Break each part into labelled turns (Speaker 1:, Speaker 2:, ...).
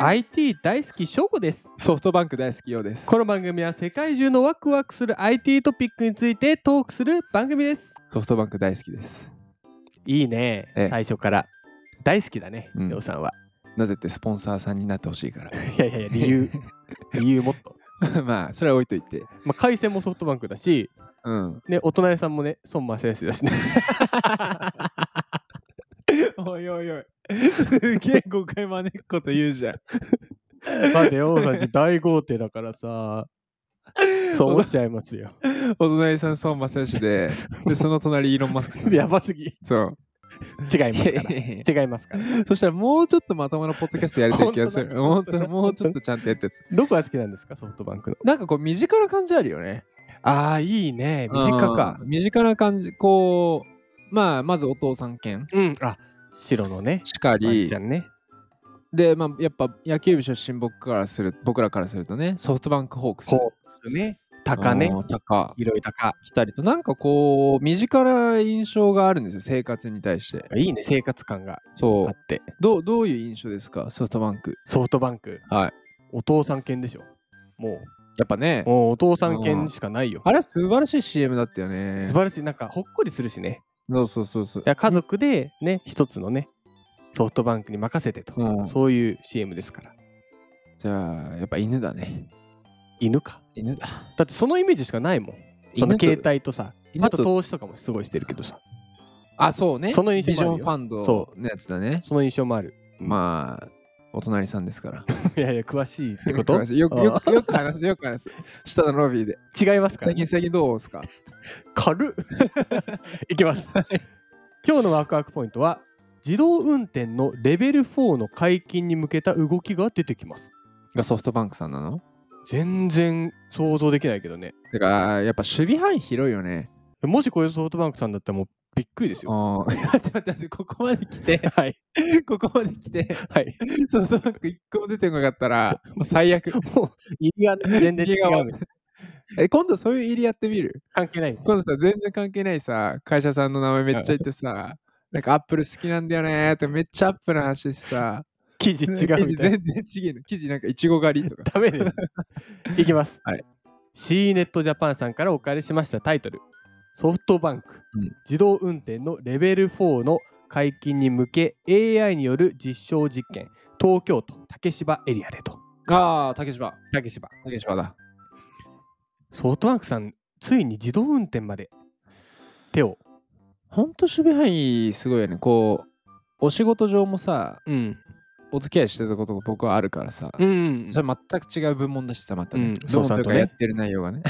Speaker 1: IT 大好き翔子です
Speaker 2: ソフトバンク大好きようです。
Speaker 1: この番組は世界中のワクワクする IT トピックについてトークする番組です
Speaker 2: ソフトバンク大好きです。
Speaker 1: いいね
Speaker 2: ええ
Speaker 1: 最初から大好きだね
Speaker 2: うん
Speaker 1: りょうさんは
Speaker 2: なぜってスポンサーさんになってほしいか ら。
Speaker 1: いやいやいや理由 理由もっと
Speaker 2: まあ、それは置いといて。
Speaker 1: まあ回線もソフトバンクだし
Speaker 2: うん。
Speaker 1: ねお隣さんもね孫正義だしね
Speaker 2: おいおいおい。すげえ誤解招くこと言うじゃん。
Speaker 1: まあで王さんち大豪邸だから さそう思っちゃいますよ
Speaker 2: お隣さん、孫正義 で、で、その隣、イーロン・マスクさ ん。
Speaker 1: やばすぎ違い
Speaker 2: そう。
Speaker 1: ますから違いますから
Speaker 2: そしたら、もうちょっとまともなポッドキャストやりたい気がする。
Speaker 1: 本
Speaker 2: 本
Speaker 1: 当だ
Speaker 2: 当に、もうちょっとちゃんとやったやつ。
Speaker 1: どこが好きなんですかソフトバンクの
Speaker 2: なんかこう、身近な感じあるよね。
Speaker 1: ああいいね短か
Speaker 2: うん。身近な感じ、こう、まあ、まずお父さん犬
Speaker 1: うんあ白のね
Speaker 2: しか
Speaker 1: ワン
Speaker 2: り
Speaker 1: ちゃ、んね
Speaker 2: で、まあ、やっぱ野球部出身僕からする僕らからするとね、ソフトバンクホークス。
Speaker 1: うね鷹ね
Speaker 2: うん高
Speaker 1: 広い鷹
Speaker 2: 来たりと、なんかこう、身近な印象があるんですよ、生活に対して。
Speaker 1: いいね生活感が
Speaker 2: そ
Speaker 1: あっ。
Speaker 2: う
Speaker 1: て
Speaker 2: どうどういう印象ですか、ソフトバンク。
Speaker 1: ソフトバンク
Speaker 2: はい。
Speaker 1: お父さん犬でしょも
Speaker 2: やっぱね
Speaker 1: う、もうお父さん犬しかないよ
Speaker 2: あれは素晴らしい CM だったよね。
Speaker 1: 素晴らしいなんかほっこりするしね
Speaker 2: そうそうそうそう
Speaker 1: い。や家族でね一つのねソフトバンクに任せてと、
Speaker 2: うん
Speaker 1: そういう CM ですから
Speaker 2: じゃあ、やっぱ犬だね。
Speaker 1: 犬か
Speaker 2: 犬だ。
Speaker 1: だってそのイメージしかないもんその
Speaker 2: 犬と
Speaker 1: 携帯とさ
Speaker 2: 犬
Speaker 1: あ
Speaker 2: と
Speaker 1: と投資とかもすごいしてるけどさ
Speaker 2: あ、そうね。
Speaker 1: その印象
Speaker 2: ビジ
Speaker 1: もあ
Speaker 2: ョ
Speaker 1: るよ
Speaker 2: ンファンド
Speaker 1: そ
Speaker 2: のやつだね。
Speaker 1: その印象もある
Speaker 2: まあ、お隣さんですから。
Speaker 1: いやいや詳しいってこと
Speaker 2: よくよくよくよく話す、よく話す。下のロビーで。
Speaker 1: 違いますから
Speaker 2: 最近、最近どうですか
Speaker 1: 軽っ いきます今日のワクワクポイントは自動運転のレベル4の解禁に向けた動きが出てきます
Speaker 2: がソフトバンクさんなの
Speaker 1: 全然想像できないけどね
Speaker 2: てか、やっぱ守備範囲広いよね。
Speaker 1: もしこれソフトバンクさんだったらもうびっくりですよ
Speaker 2: あ あ。待って待って待って、ここまで来 て、
Speaker 1: はい
Speaker 2: ここまで来て、
Speaker 1: はい
Speaker 2: ソフトバンク一個も出てこなかったら、もう最 悪。
Speaker 1: もう入りが全然違
Speaker 2: 入りが
Speaker 1: う
Speaker 2: え、今度そういう入りやってみる
Speaker 1: 関係ない
Speaker 2: 今度さ、全然関係ないさ、会社さんの名前めっちゃ言ってさ、なんかアップル好きなんだよねーってめっちゃアップルの話して さ、
Speaker 1: 記事違う
Speaker 2: 記
Speaker 1: み
Speaker 2: 事
Speaker 1: たいな
Speaker 2: 全然違えの。記事なんかいちご狩りとか。
Speaker 1: ダメですいきます、
Speaker 2: はい
Speaker 1: C ネットジャパンさんからお借りしましたタイトルソフトバンク、
Speaker 2: うん
Speaker 1: 自動運転のレベル4の解禁に向け AI による実証実験東京都竹芝エリアでと
Speaker 2: ああ、竹芝。
Speaker 1: 竹芝
Speaker 2: 竹芝だ。
Speaker 1: ソフトバンクさんついに自動運転まで手を
Speaker 2: ほんと守備範囲すごいよね。こう、お仕事上もさ、
Speaker 1: うん
Speaker 2: お付き合いしてたことが僕はあるからさ、
Speaker 1: うん
Speaker 2: それ全く違う部門だしさ、また
Speaker 1: う
Speaker 2: ね。
Speaker 1: ん
Speaker 2: 部門
Speaker 1: そう
Speaker 2: と
Speaker 1: そ
Speaker 2: いうう
Speaker 1: と
Speaker 2: か
Speaker 1: ね
Speaker 2: やってる内容 がね。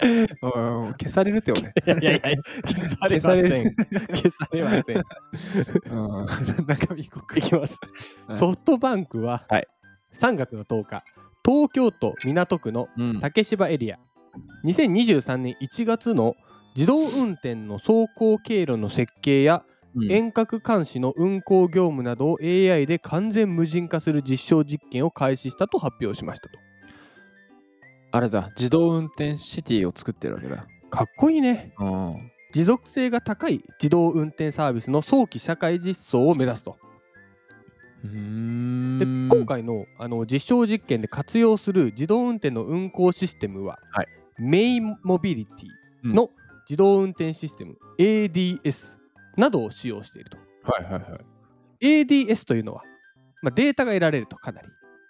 Speaker 2: おいおいおい消されるって俺。
Speaker 1: いやいやいや消されません消されません
Speaker 2: うん、 中身
Speaker 1: いきます
Speaker 2: はい
Speaker 1: ソフトバンクは
Speaker 2: はい
Speaker 1: 3月の10日東京都港区の
Speaker 2: うん
Speaker 1: 竹芝エリア2023年1月の自動運転の走行経路の設計や遠隔監視の運行業務などを AI で完全無人化する実証実験を開始したと発表しましたと
Speaker 2: あれだ、自動運転シティを作ってるわけだ。
Speaker 1: かっこいいね
Speaker 2: うん、
Speaker 1: 持続性が高い自動運転サービスの早期社会実装を目指すとで
Speaker 2: ん
Speaker 1: 今回のあの実証実験で活用する自動運転の運行システムは、
Speaker 2: はい
Speaker 1: メインモビリティの自動運転システム、ADS などを使用していると。
Speaker 2: はいはいはい。
Speaker 1: ADS というのは、まあ、データが得られるとかな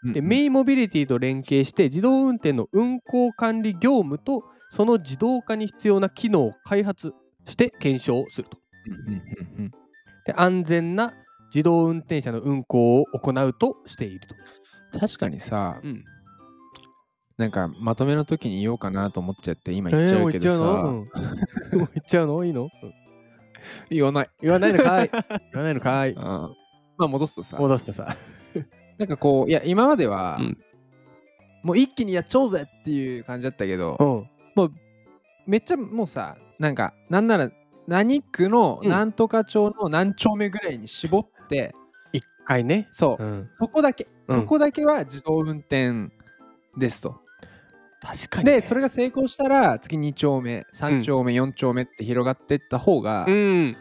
Speaker 1: り。で、
Speaker 2: うん
Speaker 1: メインモビリティと連携して自動運転の運行管理業務とその自動化に必要な機能を開発して検証すると。
Speaker 2: うんうんうんうん
Speaker 1: で安全な自動運転車の運行を行うとしていると。
Speaker 2: 確かにさ、
Speaker 1: うん、
Speaker 2: なんかまとめの時に言おうかなと思っちゃって、今言っちゃうけど さ、
Speaker 1: えーもう言っちゃうの、うんもう言っちゃうのいいの、うん
Speaker 2: 言わない。
Speaker 1: 言わないのかい言わないのかい
Speaker 2: うんまあ戻すとさ、
Speaker 1: 戻してさ。
Speaker 2: なんかこう、いや、今までは、
Speaker 1: うん
Speaker 2: もう一気にやっちゃおうぜっていう感じだったけど、
Speaker 1: うん。
Speaker 2: めっちゃもうさ、なんか、なんなら、何区の
Speaker 1: うん
Speaker 2: 何とか町の何丁目ぐらいに絞って、
Speaker 1: 一回ね。
Speaker 2: そう、
Speaker 1: うん。
Speaker 2: そこだけ、
Speaker 1: うん
Speaker 2: そこだけは自動運転ですと。
Speaker 1: 確か
Speaker 2: で、それが成功したら、次2丁目、3丁目、4丁目って広がっていった方が、
Speaker 1: うん。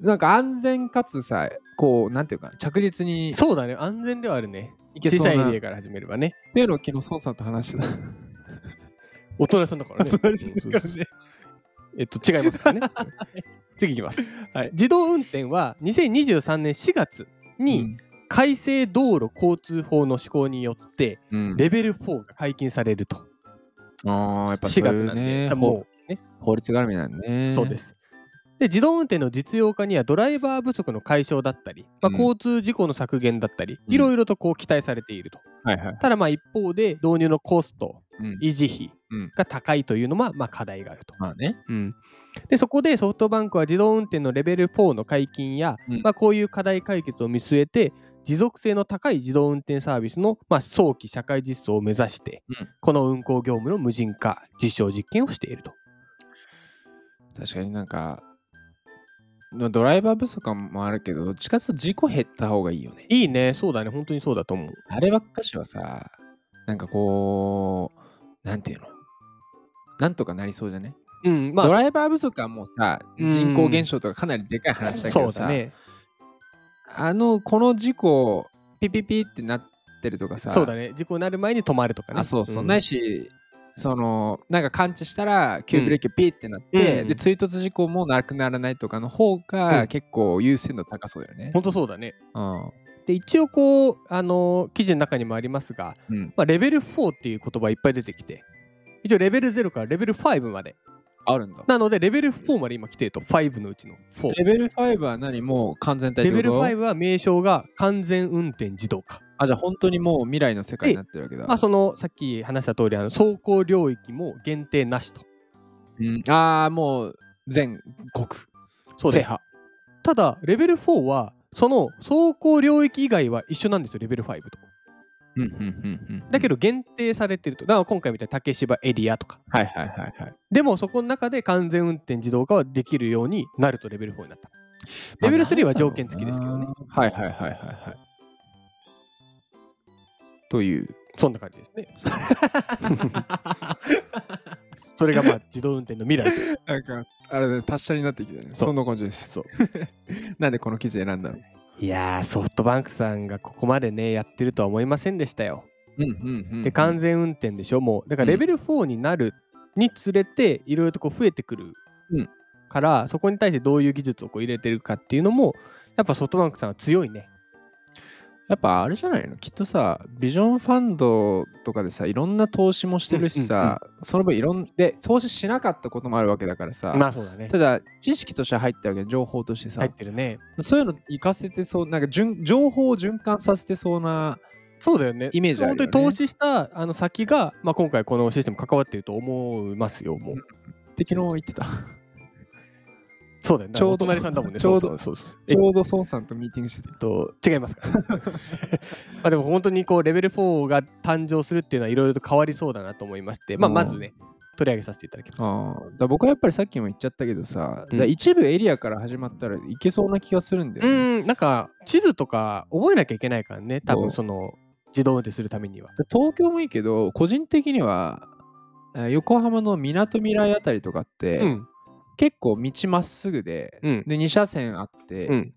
Speaker 2: なんか安全かつさ、こう、なんていうか、着実に
Speaker 1: そうだね安全ではあるね
Speaker 2: いけ
Speaker 1: 小
Speaker 2: そう
Speaker 1: さいエ
Speaker 2: な
Speaker 1: リアから始めればね
Speaker 2: っていうのを昨日孫さんと話してた。
Speaker 1: 大人さんだから ね
Speaker 2: 大人さ
Speaker 1: そう
Speaker 2: んだからね
Speaker 1: そうそうえっと違いますからね 次いきます、
Speaker 2: はい
Speaker 1: 自動運転は2023年4月に、改正道路交通法の施行によって
Speaker 2: うん、
Speaker 1: レベル4が解禁されると、
Speaker 2: ああ、やっぱ
Speaker 1: 4月なんで、多
Speaker 2: そういうね、
Speaker 1: 分
Speaker 2: も
Speaker 1: もうね
Speaker 2: う法律絡みなんでね。。
Speaker 1: そうですす。で自動運転の実用化にはドライバー不足の解消だったり、まあ、
Speaker 2: うん
Speaker 1: 交通事故の削減だったり、
Speaker 2: うん
Speaker 1: いろいろとこう期待されていると。
Speaker 2: はいはい。
Speaker 1: ただまあ一方で導入のコスト、
Speaker 2: うん
Speaker 1: 維持費
Speaker 2: うん
Speaker 1: が高いというのはまあ課題があると。
Speaker 2: まあね。
Speaker 1: うんでそこでソフトバンクは自動運転のレベル4の解禁や、
Speaker 2: うん
Speaker 1: まあ、こういう課題解決を見据えて持続性の高い自動運転サービスの、まあ、早期社会実装を目指して、
Speaker 2: うん
Speaker 1: この運行業務の無人化実証実験をしていると。
Speaker 2: 確かになんか、まあドライバー不足もあるけど、どっちかというと事故減った方がいいよね。
Speaker 1: いいねそうだね本当にそうだと思う。
Speaker 2: あればっかしはさ、なんかこう、なんていうのなんとかなりそうじゃね、
Speaker 1: うんまあ
Speaker 2: ドライバー不足はもうさ、
Speaker 1: うん
Speaker 2: 人口減少とかかなりでかい話だけ
Speaker 1: そ
Speaker 2: ど
Speaker 1: う
Speaker 2: さ、
Speaker 1: だね
Speaker 2: あの、この事故、ピピピってなってるとかさ、
Speaker 1: そうだね事故になる前に止まるとかね。
Speaker 2: あそうそう、
Speaker 1: ん
Speaker 2: ないしそのなんか感知したら急ブレーキピーってなって、
Speaker 1: うん
Speaker 2: で追突事故もなくならないとかの方が、
Speaker 1: うん
Speaker 2: 結構優先度高そうだよね。
Speaker 1: 本当そうだね。
Speaker 2: うん
Speaker 1: で一応こう、あのー記事の中にもありますが、
Speaker 2: うん
Speaker 1: まあ、レベル4っていう言葉いっぱい出てきて一応レベル0からレベル5まで
Speaker 2: あるんだ。
Speaker 1: なのでレベル4まで今来てると5のうちの4
Speaker 2: レベル5は何もう完全体って
Speaker 1: レ
Speaker 2: こ
Speaker 1: ベル
Speaker 2: と
Speaker 1: 5は名称が完全運転自動化
Speaker 2: あじゃあ本当にもう未来の世界になってるわけだ。
Speaker 1: まあそのさっき話した通りあの走行領域も限定なしと
Speaker 2: うんあーもう全国制覇。
Speaker 1: ただレベル4はその走行領域以外は一緒なんですよレベル5と
Speaker 2: うんうんうんうん
Speaker 1: だけ
Speaker 2: ど、
Speaker 1: ど限定されてるとだから今回みたいな竹芝エリアとか
Speaker 2: はいはいはいはい。
Speaker 1: でもそこの中で完全運転自動化はできるようになるとレベル4になったレベル3は条件付きですけどね。
Speaker 2: はいはいはいはいはい。という。
Speaker 1: そんな感じですね それがまあ自動運転の未来と
Speaker 2: なんか、あれだね、達者になってきたね。
Speaker 1: そう
Speaker 2: そんな感じです。
Speaker 1: そう
Speaker 2: なんでこの記事選んだの
Speaker 1: いやーソフトバンクさんがここまでねやってるとは思いませんでしたよ。
Speaker 2: うんうんうん
Speaker 1: で完全運転でしょもうだからレベル4になるにつれていろいろとこう増えてくる
Speaker 2: うん
Speaker 1: から、そこに対してどういう技術をこう入れてるかっていうのもやっぱソフトバンクさんは強いね。
Speaker 2: やっぱあれじゃないのきっとさ、ビジョンファンドとかでさ、いろんな投資もしてるしさ、その分いろんで、投資しなかったこともあるわけだからさ、
Speaker 1: まあそうだね
Speaker 2: た。だ、知識としては入ってるわけで、情報としてさ、
Speaker 1: 入ってるね。
Speaker 2: そういうの活かせてそう、なんか順情報を循環させてそうな、
Speaker 1: そうだよね。
Speaker 2: イメージあるよね
Speaker 1: 本当に投資したあの先が、まあ、今回このシステム関わってると思いますよもう。
Speaker 2: って昨日言ってた。
Speaker 1: そうだよね。
Speaker 2: ちょうど
Speaker 1: お隣さんだもんね。
Speaker 2: ちょうど
Speaker 1: そうそうそうそう
Speaker 2: ちょうど孫さんとミーティングしてて
Speaker 1: えっと違いますから、 ね、まあでも本当にこうレベル4が誕生するっていうのはいろいろと変わりそうだなと思いまして、まあ、
Speaker 2: うん
Speaker 1: まずね取り上げさせていただきます。
Speaker 2: ああ、だから僕はやっぱりさっきも言っちゃったけどさ、
Speaker 1: うん
Speaker 2: だから一部エリアから始まったらいけそうな気がするんだ
Speaker 1: う
Speaker 2: よ、ね。
Speaker 1: んなんか地図とか覚えなきゃいけないからね多
Speaker 2: そ
Speaker 1: 分
Speaker 2: う
Speaker 1: その自動運転するためには。
Speaker 2: だから東京もいいけど、個人的には、えー横浜のみなとみらいあたりとかって、
Speaker 1: うん
Speaker 2: 結構道まっすぐで、
Speaker 1: うん
Speaker 2: で、2車線あって、
Speaker 1: うん、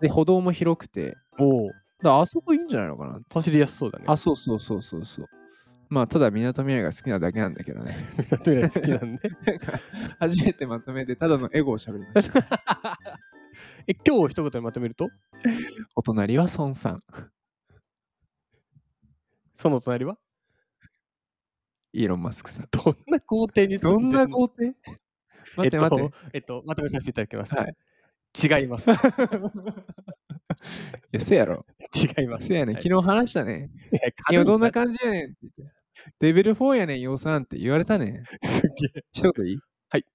Speaker 2: で、歩道も広くて、
Speaker 1: おお
Speaker 2: だからあそこいいんじゃないのかな。
Speaker 1: 走りやすそうだね。
Speaker 2: あ、そうそうそうそうそう。まあ、ただみなとみらいが好きなだけなんだけどね。
Speaker 1: とりあえず好きなんで。
Speaker 2: 初めてまとめて、ただのエゴを喋り ました。
Speaker 1: え今日を一言にまとめると
Speaker 2: お隣は孫さん。
Speaker 1: その隣は
Speaker 2: イーロン・マスクさん。
Speaker 1: どんな工程に
Speaker 2: ど
Speaker 1: 住ん
Speaker 2: ん
Speaker 1: でる
Speaker 2: な
Speaker 1: の
Speaker 2: 工程 待って待って。
Speaker 1: えっとえっとまとめさせていただきます。
Speaker 2: はい
Speaker 1: 違います。
Speaker 2: いや、せやろ。
Speaker 1: 違います。
Speaker 2: せやねん。
Speaker 1: はい
Speaker 2: 昨日話したね。
Speaker 1: いや
Speaker 2: いや、どんな
Speaker 1: 軽
Speaker 2: 感じやねんって言って。レベル4やねん、要算って言われたね ん。
Speaker 1: いすげえ。
Speaker 2: 一言いい
Speaker 1: はい。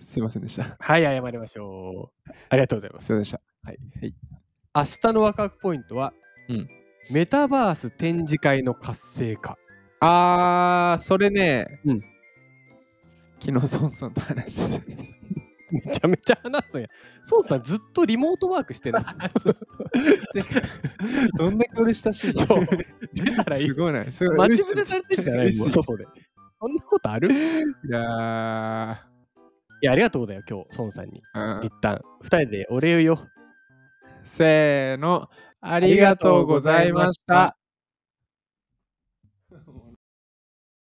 Speaker 2: すいませ んでした。
Speaker 1: はい、謝りましょう。ありがとうございます
Speaker 2: い
Speaker 1: す。
Speaker 2: ません
Speaker 1: 明
Speaker 2: でした。はい。はい、
Speaker 1: 日のワクワクポイントは、
Speaker 2: うん
Speaker 1: メタバース展示会の活性化。
Speaker 2: あー、それね。
Speaker 1: うん
Speaker 2: 昨日、孫さんと話してて。
Speaker 1: めちゃめちゃ話すんや。そうさん、ずっとリモートワーク してる
Speaker 2: どんだけ俺親しいの
Speaker 1: そう出たらいい
Speaker 2: す。ごいない。すごい
Speaker 1: 待ち伏せされてんじゃな
Speaker 2: うっ
Speaker 1: い
Speaker 2: す
Speaker 1: もう外で。そんなことある
Speaker 2: いやー
Speaker 1: いや、ありがとうだよ、今日、孫さんに。
Speaker 2: うん
Speaker 1: 一旦、二人でお礼を言おう。
Speaker 2: せーの、ありがとうございました。